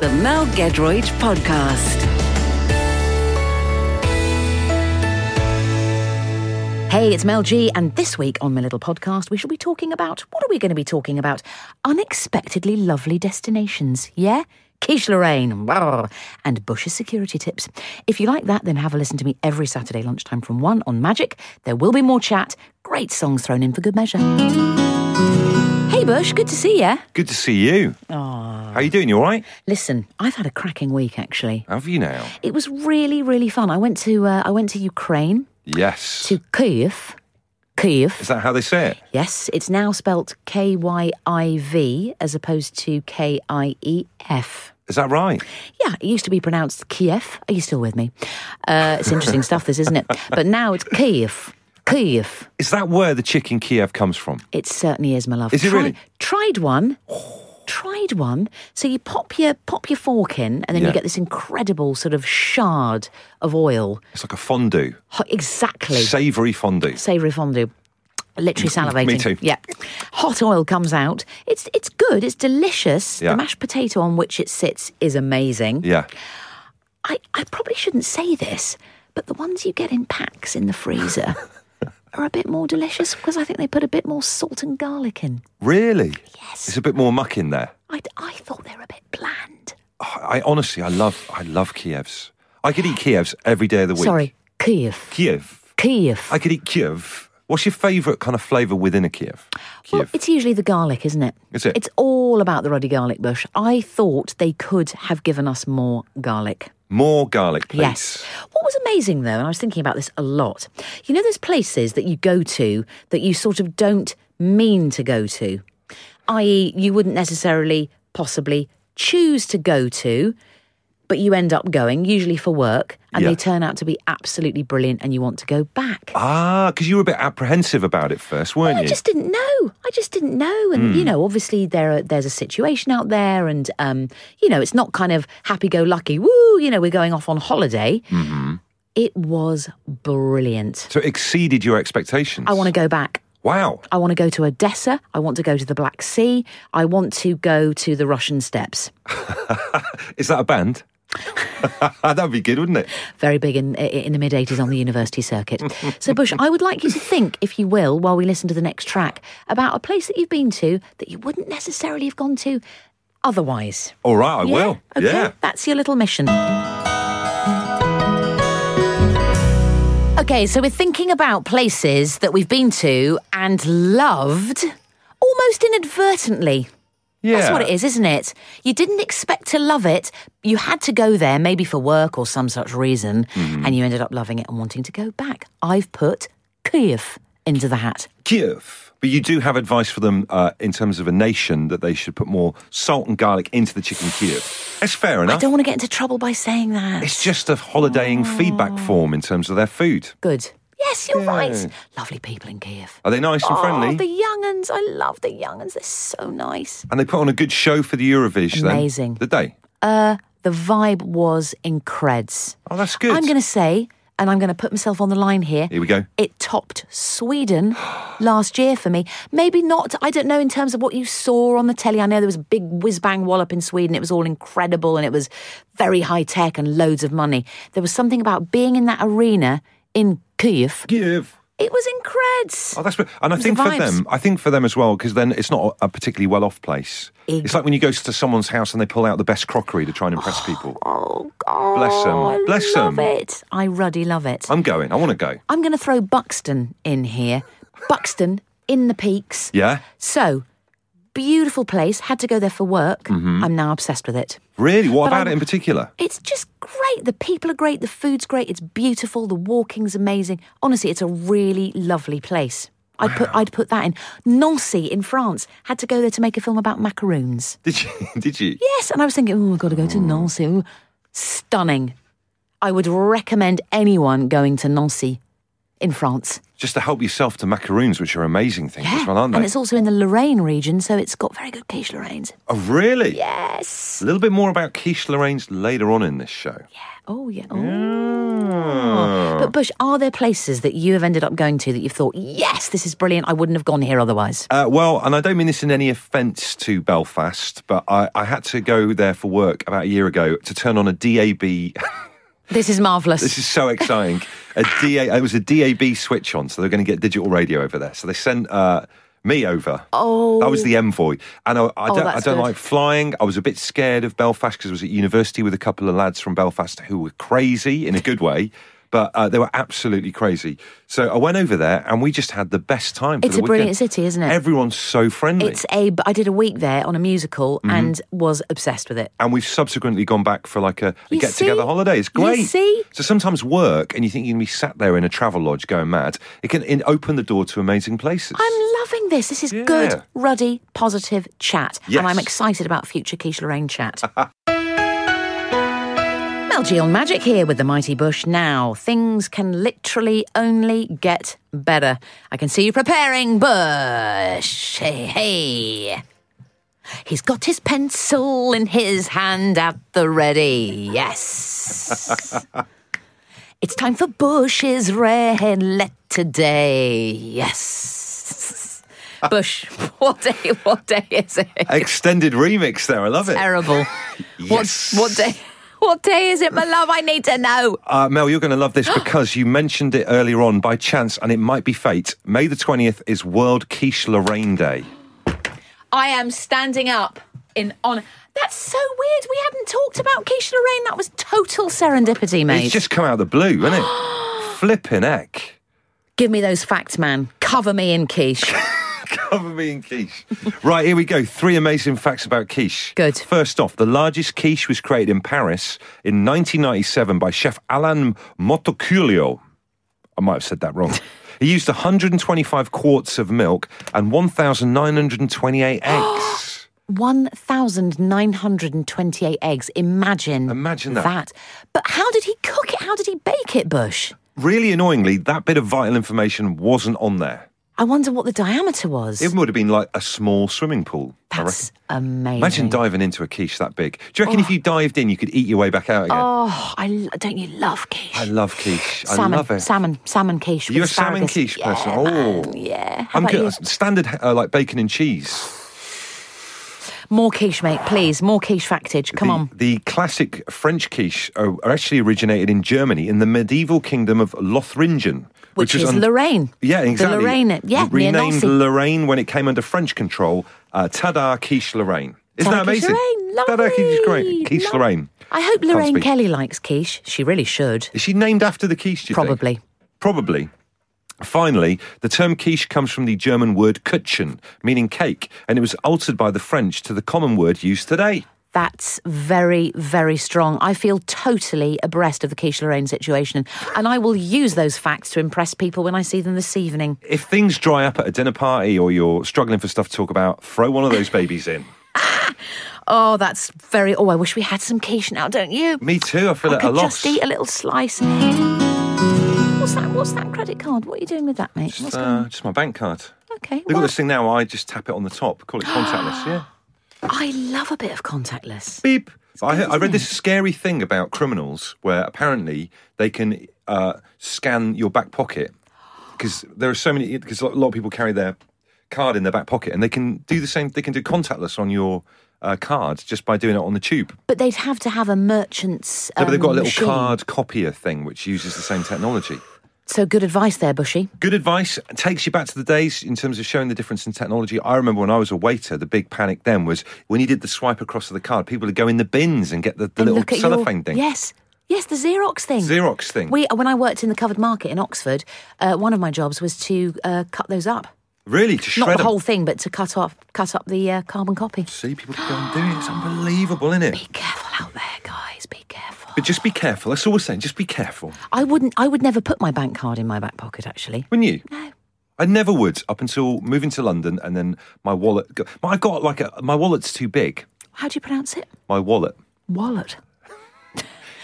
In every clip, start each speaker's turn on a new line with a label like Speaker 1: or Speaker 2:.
Speaker 1: The Mel Gedroyd Podcast. Hey, it's Mel G, and this week on my little podcast, we shall be talking about what are we going to be talking about? Unexpectedly lovely destinations, yeah? Quiche Lorraine, brr, and Bush's security tips. If you like that, then have a listen to me every Saturday lunchtime from 1 on Magic. There will be more chat, great songs thrown in for good measure. Hey, Bush, good to see you.
Speaker 2: Good to see you. How you doing? You all right?
Speaker 1: Listen, I've had a cracking week, actually.
Speaker 2: Have you now?
Speaker 1: It was really, really fun. I went to uh, I went to Ukraine
Speaker 2: Yes.
Speaker 1: to Kyiv. Kyiv.
Speaker 2: Is that how they say it?
Speaker 1: Yes, it's now spelt K Y I V as opposed to K I E F.
Speaker 2: Is that right?
Speaker 1: Yeah, it used to be pronounced Kiev. Are you still with me? Uh, it's interesting stuff, this, isn't it? But now it's E Kyiv. Kyiv.
Speaker 2: Is that where the chicken Kiev comes from?
Speaker 1: It certainly is, my love.
Speaker 2: Is it
Speaker 1: Try-
Speaker 2: really?
Speaker 1: Tried one. Tried one. So you pop your pop your fork in, and then you
Speaker 2: Yeah.
Speaker 1: get this incredible sort of shard of oil.
Speaker 2: It's like a fondue,
Speaker 1: Hot, exactly.
Speaker 2: savoury fondue.
Speaker 1: Savoury fondue. Literally salivating.
Speaker 2: Me too.
Speaker 1: Yeah. Hot oil comes out. It's it's good. It's delicious.
Speaker 2: Yeah.
Speaker 1: The mashed potato on which it sits is amazing.
Speaker 2: Yeah.
Speaker 1: I, I probably shouldn't say this, but the ones you get in packs in the freezer are a bit more delicious because I think they put a bit more salt and garlic in.
Speaker 2: Really?
Speaker 1: Yes.
Speaker 2: It's a bit more muck in there.
Speaker 1: I, I thought they were a bit bland.
Speaker 2: I, I honestly, I love, I love Kievs. I could eat Kievs every day of the week.
Speaker 1: Sorry, Kiev.
Speaker 2: Kiev.
Speaker 1: Kiev.
Speaker 2: I could eat Kiev. What's your favourite kind of flavour within a Kiev? Kiev.
Speaker 1: Well, it's usually the garlic, isn't it?
Speaker 2: Is it?
Speaker 1: It's all about the ruddy garlic bush. I thought they could have given us more garlic.
Speaker 2: More garlic, please.
Speaker 1: Yes. What was amazing though, and I was thinking about this a lot, you know, there's places that you go to that you sort of don't mean to go to, i.e., you wouldn't necessarily possibly choose to go to, but you end up going, usually for work, and they
Speaker 2: Yeah.
Speaker 1: turn out to be absolutely brilliant and you want to go back.
Speaker 2: Ah, because you were a bit apprehensive about it first, weren't
Speaker 1: I
Speaker 2: you?
Speaker 1: just didn't know. I just didn't know, and you know, obviously there are, there's a situation out there, and um, you know, it's not kind of happy-go-lucky. Woo, you know, we're going off on holiday. It was brilliant.
Speaker 2: So it exceeded your expectations.
Speaker 1: I want to go back.
Speaker 2: Wow.
Speaker 1: I want to go to Odessa. I want to go to the Black Sea. I want to go to the Russian steppes.
Speaker 2: Is that a band? That'd be good, wouldn't it?
Speaker 1: very big in in the mid 80s on the university circuit. So Bush, I would like you to think if you will while we listen to the next track about a place that you've been to that you wouldn't necessarily have gone to otherwise.
Speaker 2: All right, I
Speaker 1: Yeah?
Speaker 2: will.
Speaker 1: Okay.
Speaker 2: Yeah.
Speaker 1: That's your little mission. Okay, so we're thinking about places that we've been to and loved almost inadvertently.
Speaker 2: Yeah.
Speaker 1: That's what it is, isn't it? You didn't expect to love it. You had to go there, maybe for work or some such reason,
Speaker 2: Mm-hmm.
Speaker 1: and you ended up loving it and wanting to go back. I've put Kiev into the hat.
Speaker 2: Kiev. But you do have advice for them uh, in terms of a nation that they should put more salt and garlic into the chicken Kiev. That's fair
Speaker 1: I
Speaker 2: enough.
Speaker 1: don't want to get into trouble by saying that.
Speaker 2: It's just a holidaying
Speaker 1: Oh.
Speaker 2: feedback form in terms of their food.
Speaker 1: Good. Yes, you're right.
Speaker 2: Yeah.
Speaker 1: Lovely people in Kiev.
Speaker 2: Are they nice and
Speaker 1: Oh,
Speaker 2: friendly?
Speaker 1: the younguns. I love the younguns. They're so nice.
Speaker 2: And they put on a good show for the Eurovision. then,
Speaker 1: Amazing.
Speaker 2: Did they?
Speaker 1: Uh, The vibe was increds.
Speaker 2: Oh, that's good.
Speaker 1: I'm going to say, and I'm going to put myself on the line here.
Speaker 2: Here we go.
Speaker 1: It topped Sweden last year for me. Maybe not, I don't know, in terms of what you saw on the telly. I know there was a big whiz bang wallop in Sweden. It was all incredible and it was very high tech and loads of money. There was something about being in that arena in Kyiv.
Speaker 2: Kiev.
Speaker 1: It was increds.
Speaker 2: Oh, that's br- and I
Speaker 1: was
Speaker 2: think
Speaker 1: the
Speaker 2: for
Speaker 1: vibes.
Speaker 2: them, I think for them as well, because then it's not a particularly well-off place. It's like when you go to someone's house and they pull out the best crockery to try and impress people.
Speaker 1: Oh, God.
Speaker 2: Bless 'em.
Speaker 1: I
Speaker 2: Bless
Speaker 1: love
Speaker 2: 'em.
Speaker 1: it. I ruddy love it.
Speaker 2: I'm going. I want to go.
Speaker 1: I'm going to throw Buxton in here. Buxton in the peaks.
Speaker 2: Yeah,
Speaker 1: So, beautiful place. Had to go there for work. I'm now obsessed with it.
Speaker 2: really. What
Speaker 1: But
Speaker 2: about
Speaker 1: I-
Speaker 2: it in particular?
Speaker 1: It's just great. The people are great. The food's great. It's beautiful. The walking's amazing. Honestly, it's a really lovely place. I'd put I'd put that in. Nancy in France had to go there to make a film about macaroons.
Speaker 2: Did you? Did you?
Speaker 1: Yes, and I was thinking, oh, I've got to go to Nancy. Ooh, Stunning. I would recommend anyone going to Nancy in France.
Speaker 2: Just to help yourself to macaroons, which are amazing things as well, aren't
Speaker 1: and
Speaker 2: they?
Speaker 1: it's also in the Lorraine region, so it's got very good quiche Lorraines.
Speaker 2: Oh, really?
Speaker 1: Yes.
Speaker 2: A little bit more about quiche Lorraine's later on in this show.
Speaker 1: Oh, yeah. Oh. But, Bush, are there places that you have ended up going to that you've thought, yes, this is brilliant. I wouldn't have gone here otherwise?
Speaker 2: Uh, well, and I don't mean this in any offence to Belfast, but I, I had to go there for work about a year ago to turn on a DAB.
Speaker 1: This is marvellous.
Speaker 2: this is so exciting. A DA, it was a DAB switch on, so they're going to get digital radio over there. So they sent uh, me over.
Speaker 1: Oh.
Speaker 2: I was the envoy, and I, I
Speaker 1: Oh,
Speaker 2: don't, I
Speaker 1: that's
Speaker 2: don't
Speaker 1: good.
Speaker 2: like flying. I was a bit scared of Belfast because I was at university with a couple of lads from Belfast who were crazy in a good way. But uh, they were absolutely crazy. So I went over there and we just had the best time. for
Speaker 1: It's
Speaker 2: the
Speaker 1: a brilliant
Speaker 2: weekend.
Speaker 1: city, isn't it?
Speaker 2: Everyone's so friendly.
Speaker 1: It's a. I did a week there on a musical
Speaker 2: Mm-hmm.
Speaker 1: and was obsessed with it.
Speaker 2: and we've subsequently gone back for like a,
Speaker 1: You
Speaker 2: get together
Speaker 1: see?
Speaker 2: holiday. It's
Speaker 1: You
Speaker 2: great.
Speaker 1: see?
Speaker 2: So sometimes work and you think you can be sat there in a travel lodge going mad. It can in, open the door to amazing places.
Speaker 1: I'm loving this. This is
Speaker 2: Yeah.
Speaker 1: good, ruddy, positive chat.
Speaker 2: Yes.
Speaker 1: And I'm excited about future Keisha Lorraine chat. Mel G on Magic here with the Mighty Bush now. Things can literally only get better. I can see you preparing, Bush. Hey, hey. He's got his pencil in his hand at the ready. Yes. It's time for Bush's Red Letter Day. Yes. Bush, what day what day is it?
Speaker 2: Extended remix there. I love it.
Speaker 1: Terrible.
Speaker 2: Yes.
Speaker 1: What what day what day is it, my love? I need to know.
Speaker 2: Uh, Mel, you're going to love this because you mentioned it earlier on by chance, and it might be fate. May the 20th is World Quiche Lorraine Day.
Speaker 1: I am standing up in honor. That's so weird. We hadn't talked about Keisha Lorraine. That was total serendipity, mate.
Speaker 2: It's just come out of the blue, isn't it? Flipping heck.
Speaker 1: Give me those facts, man. Cover me in quiche.
Speaker 2: Cover me in quiche. right, here we go. Three amazing facts about quiche.
Speaker 1: Good.
Speaker 2: First off, the largest quiche was created in Paris in 1997 by chef Alain Motoculio. I might have said that wrong. he used 125 quarts of milk and 1,928 eggs.
Speaker 1: 1,928 eggs. Imagine.
Speaker 2: Imagine that.
Speaker 1: But how did he cook it? How did he bake it, Bush?
Speaker 2: Really annoyingly, that bit of vital information wasn't on there.
Speaker 1: I wonder what the diameter was.
Speaker 2: It would have been like a small swimming pool. I reckon.
Speaker 1: That's amazing.
Speaker 2: Imagine diving into a quiche that big. Do you reckon if you dived in, you could eat your way back out again?
Speaker 1: Oh, I lo- don't you love quiche?
Speaker 2: I love quiche.
Speaker 1: salmon,
Speaker 2: I love it.
Speaker 1: salmon, salmon quiche. with
Speaker 2: You're a salmon
Speaker 1: asparagus.
Speaker 2: quiche person.
Speaker 1: Yeah,
Speaker 2: Oh.
Speaker 1: man, yeah. How
Speaker 2: I'm
Speaker 1: about
Speaker 2: good.
Speaker 1: you?
Speaker 2: Standard uh, like bacon and cheese.
Speaker 1: More quiche, mate, please. More quiche factage. Come
Speaker 2: the,
Speaker 1: on.
Speaker 2: The classic French quiche are, are actually originated in Germany in the medieval kingdom of Lotharingen,
Speaker 1: Which, is
Speaker 2: un-
Speaker 1: Lorraine.
Speaker 2: Yeah, exactly.
Speaker 1: The Lorraine, yeah, near
Speaker 2: renamed
Speaker 1: Nancy.
Speaker 2: Lorraine when it came under French control. Uh, tada, quiche Lorraine. Isn't that
Speaker 1: Tada, quiche
Speaker 2: amazing?
Speaker 1: Lorraine,
Speaker 2: Tada, quiche Lorraine.
Speaker 1: lovely,
Speaker 2: Quiche
Speaker 1: lo-
Speaker 2: Lorraine.
Speaker 1: I hope
Speaker 2: Can't
Speaker 1: Lorraine
Speaker 2: speak.
Speaker 1: Kelly likes quiche. She really should.
Speaker 2: Is she named after the quiche? Do you think?
Speaker 1: Probably.
Speaker 2: Probably. Finally, the term quiche comes from the German word "kuchen," meaning cake, and it was altered by the French to the common word used today.
Speaker 1: That's very, very strong. I feel totally abreast of the Quiche Lorraine situation, and I will use those facts to impress people when I see them this evening.
Speaker 2: If things dry up at a dinner party or you're struggling for stuff to talk about, throw one of those babies in.
Speaker 1: Oh, that's very. Oh, I wish we had some quiche now, don't you?
Speaker 2: Me too. I feel
Speaker 1: I
Speaker 2: at a
Speaker 1: could
Speaker 2: loss.
Speaker 1: just eat a little slice. What's that? What's that credit card? What are you doing with that, mate? What's
Speaker 2: Uh,
Speaker 1: going on?
Speaker 2: just my bank card.
Speaker 1: Okay.
Speaker 2: Look at
Speaker 1: well,
Speaker 2: this thing now. I just tap it on the top. Call it contactless. Yeah.
Speaker 1: I love a bit of contactless.
Speaker 2: Beep. I, heard- I
Speaker 1: isn't
Speaker 2: read this scary thing about criminals where apparently they can uh, scan your back pocket because there are so many because a lot of people carry their card in their back pocket and they can do the same. They can do contactless on your uh, card just by doing it on the tube.
Speaker 1: But they'd have to have a merchant's.
Speaker 2: So they've
Speaker 1: um,
Speaker 2: got a little
Speaker 1: machine.
Speaker 2: card copier thing which uses the same technology.
Speaker 1: So good advice there, Bushy.
Speaker 2: Good advice. It Takes you back to the days in terms of showing the difference in technology. I remember when I was a waiter, the big panic then was when you did the swipe across of the card, people would go in the bins and get the, the
Speaker 1: And
Speaker 2: little
Speaker 1: look at
Speaker 2: cellophane
Speaker 1: your,
Speaker 2: thing.
Speaker 1: Yes, yes, the Xerox thing.
Speaker 2: Xerox thing.
Speaker 1: We when I worked in the covered market in Oxford, uh, one of my jobs was to uh, cut those up.
Speaker 2: Really, to
Speaker 1: Not
Speaker 2: shred
Speaker 1: the
Speaker 2: 'em.
Speaker 1: whole thing, but to cut off, cut up the uh, carbon copy.
Speaker 2: See, people can go and do it. It's unbelievable, isn't it?
Speaker 1: Be careful out there, guys. Be careful.
Speaker 2: But just be careful. That's all we're saying. Just be careful,
Speaker 1: I wouldn't. I would never put my bank card in my back pocket. Actually,
Speaker 2: wouldn't you?
Speaker 1: no.
Speaker 2: I never would up until moving to London, and then my wallet. Got, my- I got like a my wallet's too big.
Speaker 1: How do you pronounce it?
Speaker 2: My wallet.
Speaker 1: Wallet.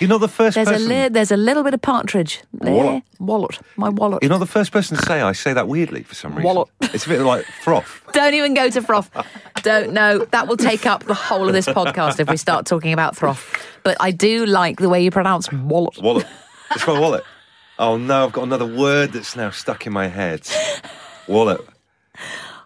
Speaker 2: You're not the first
Speaker 1: There's
Speaker 2: person.
Speaker 1: a li- there's a little bit of partridge. there.
Speaker 2: Wallet.
Speaker 1: Wallet. My wallet.
Speaker 2: You're not the first person to say I say that weirdly for some reason.
Speaker 1: Wallet.
Speaker 2: It's a bit like froth.
Speaker 1: Don't even go to froth. Don't know. That will take up the whole of this podcast if we start talking about froth. but I do like the way you pronounce wallop.
Speaker 2: Wallet. It's my wallet. Oh no, I've got another word that's now stuck in my head. Wallet.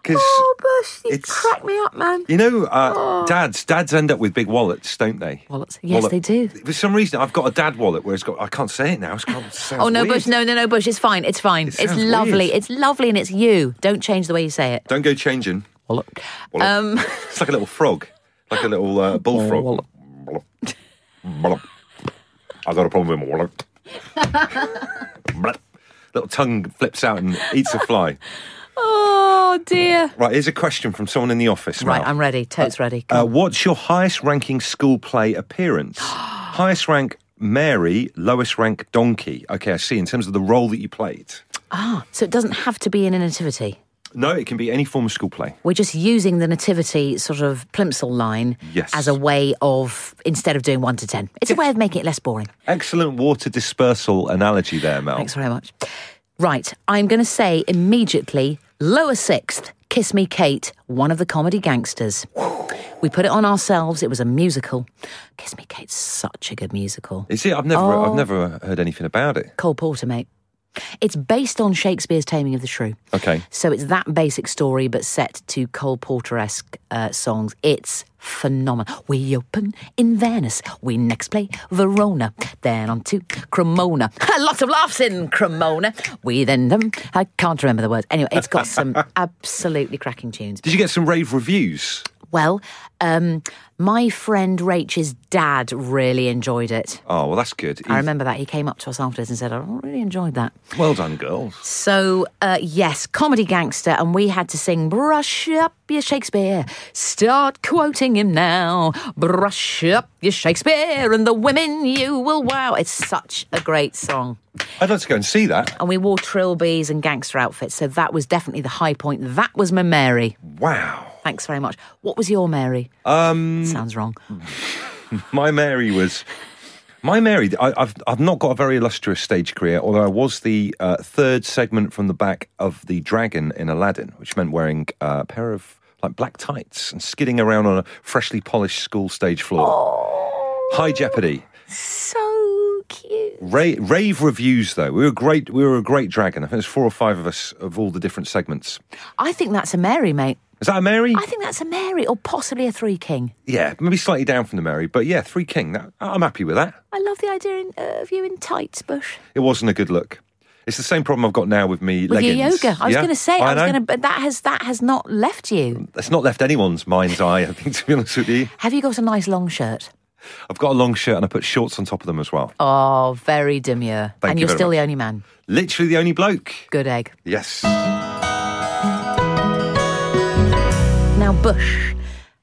Speaker 2: Because
Speaker 1: Oh gosh, you
Speaker 2: It's-
Speaker 1: cracked me up, man.
Speaker 2: you know, uh, dads dads end up with big wallets, don't they?
Speaker 1: Wallets. Yes, they do.
Speaker 2: For some reason, I've got a dad wallet where it's got. I can't say it now. It's got. It
Speaker 1: Oh no,
Speaker 2: weird.
Speaker 1: Bush! No, no, no, Bush! It's fine. It's fine. it's
Speaker 2: sounds
Speaker 1: lovely.
Speaker 2: weird.
Speaker 1: It's lovely, and it's you. Don't change the way you say it.
Speaker 2: Don't go changing.
Speaker 1: Wallop.
Speaker 2: Wallop.
Speaker 1: Um,
Speaker 2: it's like a little frog, like a little uh, bullfrog.
Speaker 1: Wallop.
Speaker 2: Wallop. Wallop. I got a problem with my wallet. Blop. little tongue flips out and eats a fly.
Speaker 1: Oh dear.
Speaker 2: Right, here's a question from someone in the office.
Speaker 1: Right,
Speaker 2: Mal.
Speaker 1: I'm ready. Totes ready.
Speaker 2: Uh, what's your highest ranking school play appearance? highest rank Mary, lowest rank donkey. Okay, I see. In terms of the role that you played, uh.
Speaker 1: Ah, so it doesn't have to be in a nativity.
Speaker 2: no, it can be any form of school play.
Speaker 1: We're just using the nativity sort of plimsoll line
Speaker 2: Yes.
Speaker 1: as a way of instead of doing one to ten. It's a way of making it less boring.
Speaker 2: Excellent water dispersal analogy there, Mel.
Speaker 1: Thanks very much. Right, I'm going to say immediately lower sixth, Kiss Me Kate, one of the comedy gangsters. We put it on ourselves. It was a musical. Kiss Me Kate's such a good musical.
Speaker 2: Is it? I've never, I've never heard anything about it.
Speaker 1: Cole Porter, mate. It's based on Shakespeare's Taming of the Shrew.
Speaker 2: Okay.
Speaker 1: So it's that basic story, but set to Cole Porter esque uh, songs. It's phenomenal. We open in Venice. We next play Verona. Then on to Cremona. Lots of laughs in Cremona. We then, um, I can't remember the words. Anyway, it's got some absolutely cracking tunes.
Speaker 2: Did you get some rave reviews?
Speaker 1: Well, um, my friend Rach's dad really enjoyed it.
Speaker 2: Oh, well, that's good.
Speaker 1: I remember that. He came up to us afterwards and said, I really enjoyed that.
Speaker 2: Well done, girls.
Speaker 1: So, uh, yes, comedy gangster, and we had to sing Brush Up Your Shakespeare. Start quoting him now. Brush up your Shakespeare, and the women you will wow. It's such a great song.
Speaker 2: I'd like to go and see that.
Speaker 1: And we wore trilbies and gangster outfits, so that was definitely the high point. That was my Mary.
Speaker 2: Wow.
Speaker 1: Thanks very much. What was your Mary? Um, Sounds wrong.
Speaker 2: My Mary was. My Mary, I, I've, I've not got a very illustrious stage career, although I was the uh, third segment from the back of the dragon in Aladdin, which meant wearing uh, a pair of like black tights and skidding around on a freshly polished school stage floor. High jeopardy.
Speaker 1: Oh, So cute.
Speaker 2: Ra- rave reviews though. We were great. We were a great dragon. I think there's four or five of us of all the different segments.
Speaker 1: I think that's a Mary, mate.
Speaker 2: Is that a Mary?
Speaker 1: I think that's a Mary, or possibly a Three King.
Speaker 2: yeah, maybe slightly down from the Mary, but yeah, three king. That, I'm happy with that.
Speaker 1: I love the idea in, uh, of you in tights, Bush.
Speaker 2: It wasn't a good look. It's the same problem I've got now with me
Speaker 1: With
Speaker 2: leggings.
Speaker 1: your yoga, I was
Speaker 2: Yeah,
Speaker 1: going to say, I, was
Speaker 2: know.
Speaker 1: going to, but that has that has not left you.
Speaker 2: It's not left anyone's mind's eye. I think to be honest with you,
Speaker 1: Have you got a nice long shirt?
Speaker 2: I've got a long shirt and I put shorts on top of them as well.
Speaker 1: Oh, very demure.
Speaker 2: Thank
Speaker 1: and
Speaker 2: you
Speaker 1: are
Speaker 2: very
Speaker 1: still
Speaker 2: much.
Speaker 1: the only man.
Speaker 2: Literally the only bloke.
Speaker 1: Good egg.
Speaker 2: Yes.
Speaker 1: Now, Bush,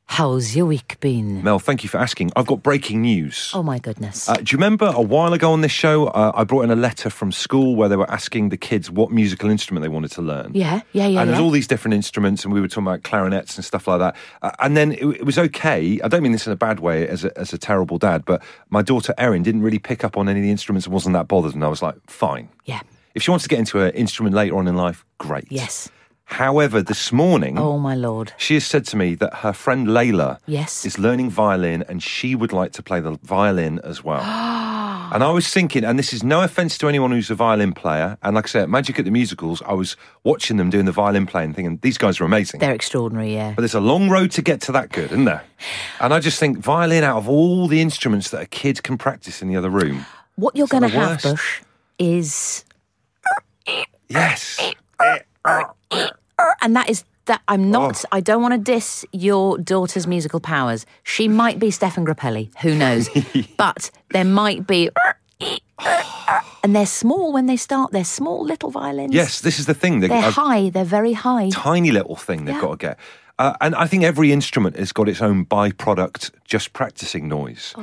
Speaker 1: how's your week been?
Speaker 2: Mel, thank you for asking. I've got breaking news.
Speaker 1: Oh my goodness.
Speaker 2: Uh, do you remember a while ago on this show, uh, I brought in a letter from school where they were asking the kids what musical instrument they wanted to learn?
Speaker 1: yeah, yeah, yeah.
Speaker 2: and
Speaker 1: yeah.
Speaker 2: there's all these different instruments, and we were talking about clarinets and stuff like that. Uh, and then it, it was okay. I don't mean this in a bad way as a, as a terrible dad, but my daughter Erin didn't really pick up on any of the instruments and wasn't that bothered. And I was like, fine.
Speaker 1: yeah.
Speaker 2: If she wants to get into an instrument later on in life, great.
Speaker 1: Yes.
Speaker 2: However, this morning,
Speaker 1: Oh my lord.
Speaker 2: she has said to me that her friend Layla
Speaker 1: Yes.
Speaker 2: is learning violin and she would like to play the violin as well. and I was thinking, and this is no offense to anyone who's a violin player, and like I say, at Magic at the Musicals, I was watching them doing the violin playing thing, and these guys are amazing.
Speaker 1: They're extraordinary, yeah.
Speaker 2: but there's a long road to get to that good, isn't there? And I just think violin out of all the instruments that a kid can practice in the other room.
Speaker 1: What you're going to
Speaker 2: the
Speaker 1: have,
Speaker 2: worst.
Speaker 1: Bush, is,
Speaker 2: Yes.
Speaker 1: and that is that. I'm not. I don't want to diss your daughter's musical powers. She might be Stefan Grappelli. Who knows? but there might be. And they're small when they start. They're small little violins.
Speaker 2: Yes, this is the thing. that
Speaker 1: They're
Speaker 2: I've-
Speaker 1: high. They're very high.
Speaker 2: tiny little thing they've
Speaker 1: Yeah.
Speaker 2: got to get. Uh, and I think every instrument has got its own byproduct just practicing noise.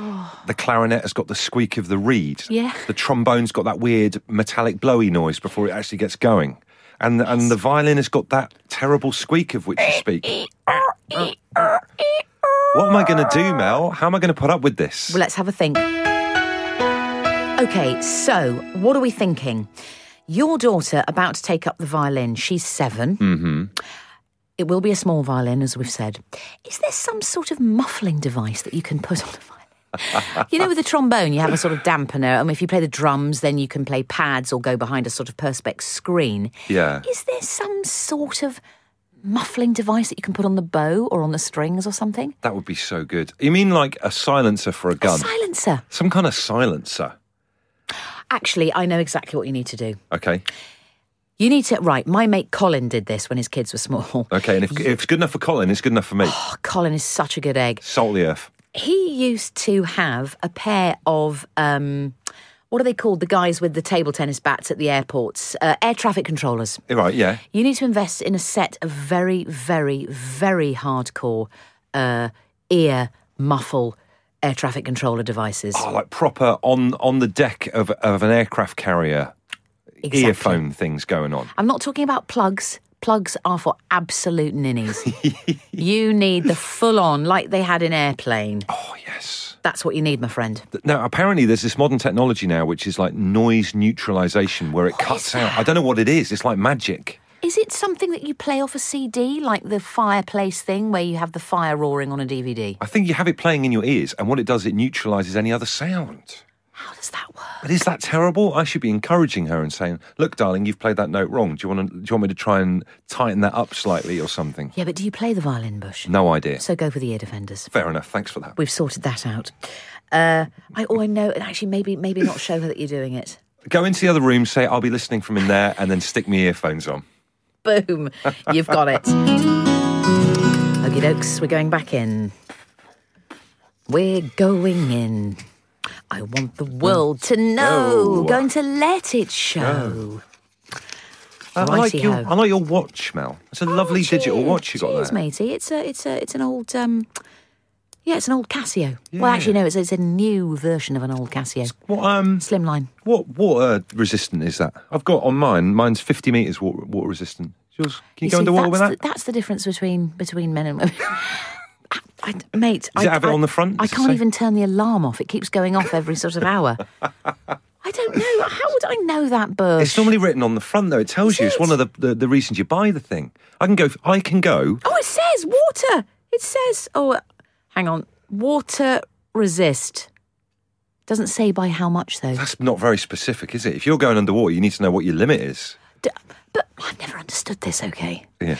Speaker 2: The clarinet has got the squeak of the reed.
Speaker 1: Oh. Yeah.
Speaker 2: The trombone's got that weird metallic blowy noise before it actually gets going. And, and the violin has got that terrible squeak of which you speak. What am I going to do, Mel? How am I going to put up with this?
Speaker 1: Well, let's have a think. Okay, so what are we thinking? Your daughter about to take up the violin. She's 7 Mm-hmm. It will be a small violin, as we've said. Is there some sort of muffling device that you can put on the violin? you know, with the trombone, you have a sort of dampener. I mean, if you play the drums, then you can play pads or go behind a sort of perspex screen.
Speaker 2: Yeah.
Speaker 1: Is there some sort of muffling device that you can put on the bow or on the strings or something?
Speaker 2: That would be so good. You mean like a silencer for a gun?
Speaker 1: Silencer.
Speaker 2: Some kind of silencer.
Speaker 1: Actually, I know exactly what you need to do.
Speaker 2: Okay.
Speaker 1: You need to, right, my mate Colin did this when his kids were small.
Speaker 2: Okay. And if, if it's good enough for Colin, it's good enough for me.
Speaker 1: Oh, Colin is such a good egg.
Speaker 2: Salt the earth.
Speaker 1: He used to have a pair of, um, what are they called? The guys with the table tennis bats at the airports, uh, air traffic controllers.
Speaker 2: Right. Yeah.
Speaker 1: You need to invest in a set of very, very, very hardcore uh, ear muffle air traffic controller devices.
Speaker 2: Oh, like proper on on the deck of of an aircraft carrier. Earphone things going on.
Speaker 1: I'm not talking about plugs. Plugs are for absolute ninnies. you need the full on, like they had in Airplane.
Speaker 2: Oh yes.
Speaker 1: That's what you need, my friend.
Speaker 2: Now, apparently, there's this modern technology now which is like noise neutralization, where it cuts out. I don't know what it is. It's like magic.
Speaker 1: Is it something that you play off a CD, like the fireplace thing where you have the fire roaring on a DVD?
Speaker 2: I think you have it playing in your ears, and what it does, it neutralizes any other sound.
Speaker 1: How does that work?
Speaker 2: But is that terrible? I should be encouraging her and saying, "Look, darling, you've played that note wrong. Do you want to, do you want me to try and tighten that up slightly or something?"
Speaker 1: Yeah, but do you play the violin bush?
Speaker 2: No idea.
Speaker 1: So go for the ear defenders.
Speaker 2: Fair enough. Thanks for that.
Speaker 1: We've sorted that out. Uh, I, oh, I know, and actually, maybe, maybe not show her that you're doing it.
Speaker 2: Go into the other room, say, "I'll be listening from in there," and then stick me earphones on.
Speaker 1: Boom, you've got it. Okie dokes, we're going back in. We're going in. I want the world to know.
Speaker 2: Oh.
Speaker 1: Going to let it show.
Speaker 2: I like your,
Speaker 1: Righty-ho.
Speaker 2: I like your watch, Mel. It's a lovely digital watch you got
Speaker 1: Oh, Cheers,
Speaker 2: there.
Speaker 1: matey. It's a, it's a, it's an old, um, yeah, it's an old Casio. Well, actually, no, it's, it's a new version of an old Casio.
Speaker 2: What um,
Speaker 1: Slimline.
Speaker 2: what water resistant is that? I've got on mine. Mine's fifty meters water, water resistant. Yours? Can you,
Speaker 1: You
Speaker 2: go
Speaker 1: see,
Speaker 2: underwater with
Speaker 1: that's
Speaker 2: that?
Speaker 1: The, that's the difference between between men and women. I, mate,
Speaker 2: Does
Speaker 1: I,
Speaker 2: it have it
Speaker 1: I-
Speaker 2: on the front?
Speaker 1: I
Speaker 2: Does it
Speaker 1: can't
Speaker 2: say?
Speaker 1: even turn the alarm off. It keeps going off every sort of hour. I don't know. How would I know that, Bush?
Speaker 2: It's normally written on the front, though. It tells
Speaker 1: Is
Speaker 2: you it's
Speaker 1: it?
Speaker 2: one of the, the, the reasons you buy the thing. I can go. I can go.
Speaker 1: Oh, it says water. It says. Oh, uh, hang on. Water resist. Doesn't say by how much though.
Speaker 2: That's not very specific, is it? If you're going underwater, you need to know what your limit is.
Speaker 1: D- but I've never understood this. Okay.
Speaker 2: Yeah.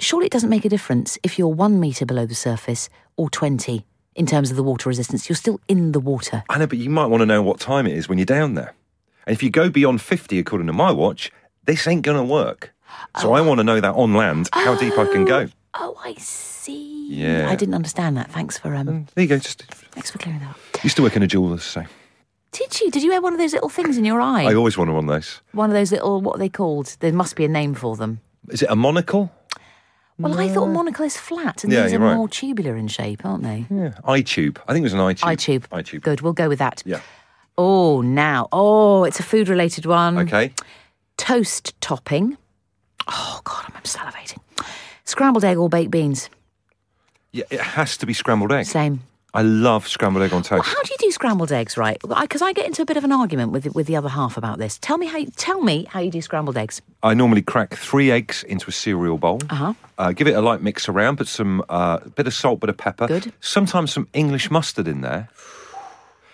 Speaker 1: Surely it doesn't make a difference if you're one meter below the surface or twenty in terms of the water resistance. You're still in the water.
Speaker 2: I know, but you might want to know what time it is when you're down there. And if you go beyond 50, according to my watch, this ain't going to work. So I want to know that on land, how deep I can go.
Speaker 1: Oh, I see.
Speaker 2: Yeah. Mm.
Speaker 1: I didn't understand that. Thanks for um.
Speaker 2: There you go. Just
Speaker 1: Thanks for clearing that. up.
Speaker 2: used to work in a jeweler's, so
Speaker 1: Did you? Did you wear one of those little things in your eye?
Speaker 2: I always wanted one of those.
Speaker 1: One of those little what are they called? There must be a name for them.
Speaker 2: Is it a monocle?
Speaker 1: Well, I thought a monocle is flat, and
Speaker 2: Yeah,
Speaker 1: these are
Speaker 2: you're right.
Speaker 1: more tubular in shape, aren't they?
Speaker 2: Yeah. Eye tube. I think it was an eye tube.
Speaker 1: Eye tube.
Speaker 2: Eye tube.
Speaker 1: Good. We'll go with that.
Speaker 2: Yeah.
Speaker 1: Oh, now. Oh, it's a food-related one.
Speaker 2: Okay.
Speaker 1: Toast topping. Oh God, I'm salivating. Scrambled egg or baked beans.
Speaker 2: Yeah, it has to be scrambled egg.
Speaker 1: Same.
Speaker 2: I love scrambled egg on toast.
Speaker 1: How do you do scrambled eggs, right? Because I, get into a bit of an argument with with the other half about this. Tell me how you, tell me how you do scrambled eggs.
Speaker 2: I normally crack three eggs into a cereal bowl.
Speaker 1: Uh-huh.
Speaker 2: Uh, give it a light mix around. Put some uh, bit of salt, bit of pepper.
Speaker 1: Good.
Speaker 2: Sometimes some English mustard in there.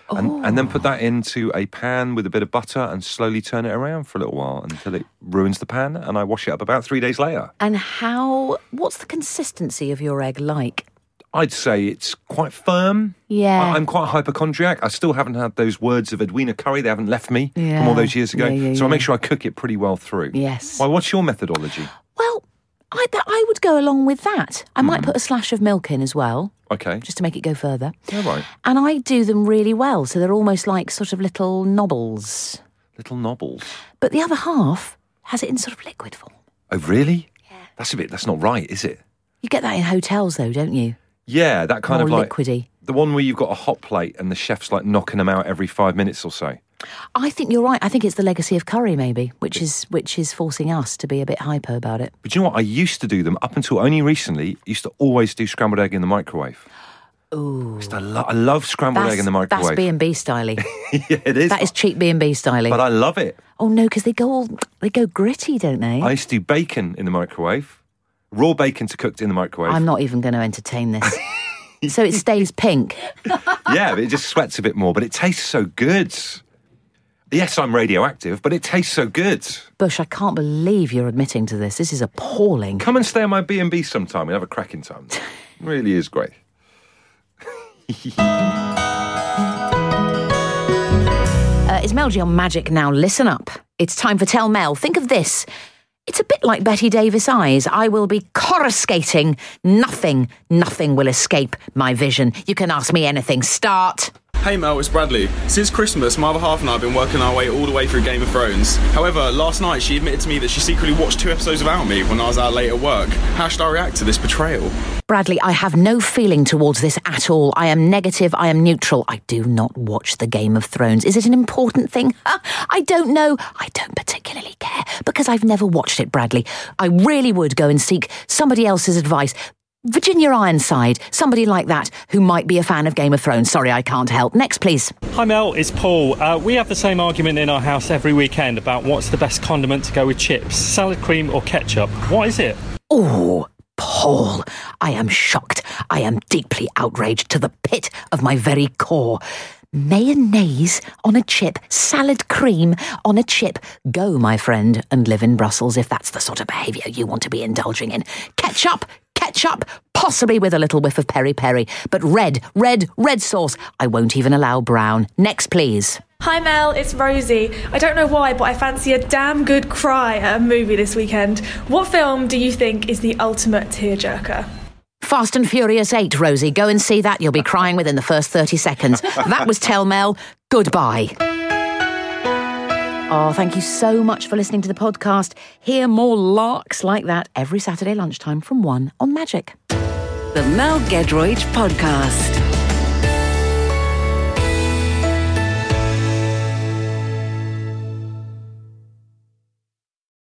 Speaker 2: And, and then put that
Speaker 1: Oh.
Speaker 2: into a pan with a bit of butter and slowly turn it around for a little while until it ruins the pan. And I wash it up about three days later.
Speaker 1: And how? What's the consistency of your egg like?
Speaker 2: I'd say it's quite firm.
Speaker 1: Yeah.
Speaker 2: I, am quite hypochondriac. I still haven't had those words of Edwina Curry. They haven't left me from
Speaker 1: Yeah.
Speaker 2: all those years ago.
Speaker 1: Yeah, yeah,
Speaker 2: so I
Speaker 1: yeah.
Speaker 2: make sure I cook it pretty well through.
Speaker 1: Yes.
Speaker 2: Well, what's your methodology?
Speaker 1: Well, I that I would go along with that. I might
Speaker 2: Hmm.
Speaker 1: put a slash of milk in as well,
Speaker 2: Okay.
Speaker 1: just to make it go further.
Speaker 2: All right.
Speaker 1: And I do them really well, so they're almost like sort of little knobbles.
Speaker 2: Little knobbles.
Speaker 1: But the other half has it in sort of liquid form.
Speaker 2: Oh, really? Yeah. That's a bit. That's not right, is it?
Speaker 1: You get that in hotels, though, don't you?
Speaker 2: Yeah, that kind
Speaker 1: More
Speaker 2: of like
Speaker 1: liquidy.
Speaker 2: the one where you've got a hot plate and the chef's like knocking them out every five minutes or so.
Speaker 1: I think you're right. I think it's the legacy of curry, maybe, which is which is forcing us to be a bit hyper about it.
Speaker 2: But you know what? I used to do them up until only recently. Used to always do scrambled egg in the microwave. Ooh. I, lo- I love scrambled egg in the
Speaker 1: that's
Speaker 2: microwave.
Speaker 1: B and B styly.
Speaker 2: yeah, it is.
Speaker 1: that is cheap B and B styly.
Speaker 2: But I love it.
Speaker 1: oh no, because they go all they go gritty, don't they?
Speaker 2: I used to do bacon in the microwave, raw bacon to cooked in the microwave.
Speaker 1: I'm not even going to entertain this. so it stays pink.
Speaker 2: yeah, but it just sweats a bit more, but it tastes so good. Yes, I'm radioactive, but it tastes so good.
Speaker 1: Bush, I can't believe you're admitting to this. This is appalling.
Speaker 2: Come and stay at my B and B sometime and have a cracking time. It really is great.
Speaker 1: Uh, it's Mel G on Magic now. Listen up. It's time for Tell Mel. Think of this. It's a bit like Betty Davis eyes. I will be coruscating. Nothing, nothing will escape my vision. You can ask me anything. Start.
Speaker 3: Hey Mel, it's Bradley. Since Christmas, my other half and I have been working our way all the way through Game of Thrones. However, last night she admitted to me that she secretly watched two episodes without me when I was out late at work. How should I react to this betrayal?
Speaker 1: Bradley, I have no feeling towards this at all. I am negative. I am neutral. I do not watch the Game of Thrones. Is it an important thing? Huh? I don't know. I don't particularly care because I've never watched it, Bradley. I really would go and seek somebody else's advice. Virginia Ironside, somebody like that who might be a fan of Game of Thrones. Sorry, I can't help. Next, please.
Speaker 4: Hi Mel, it's Paul. Uh, we have the same argument in our house every weekend about what's the best condiment to go with chips, salad cream or ketchup. What is it?
Speaker 1: Oh, Paul, I am shocked. I am deeply outraged to the pit of my very core. Mayonnaise on a chip, salad cream on a chip. Go, my friend, and live in Brussels if that's the sort of behaviour you want to be indulging in. Ketchup, ketchup, possibly with a little whiff of peri peri, but red, red, red sauce. I won't even allow brown. Next, please.
Speaker 5: Hi Mel, it's Rosie. I don't know why, but I fancy a damn good cry at a movie this weekend. What film do you think is the ultimate tearjerker?
Speaker 1: Fast and Furious 8, Rosie. Go and see that. You'll be crying within the first 30 seconds. That was Tell Mel. Goodbye. Oh, thank you so much for listening to the podcast. Hear more larks like that every Saturday lunchtime from 1 on Magic.
Speaker 6: The Mel Gedroyd Podcast.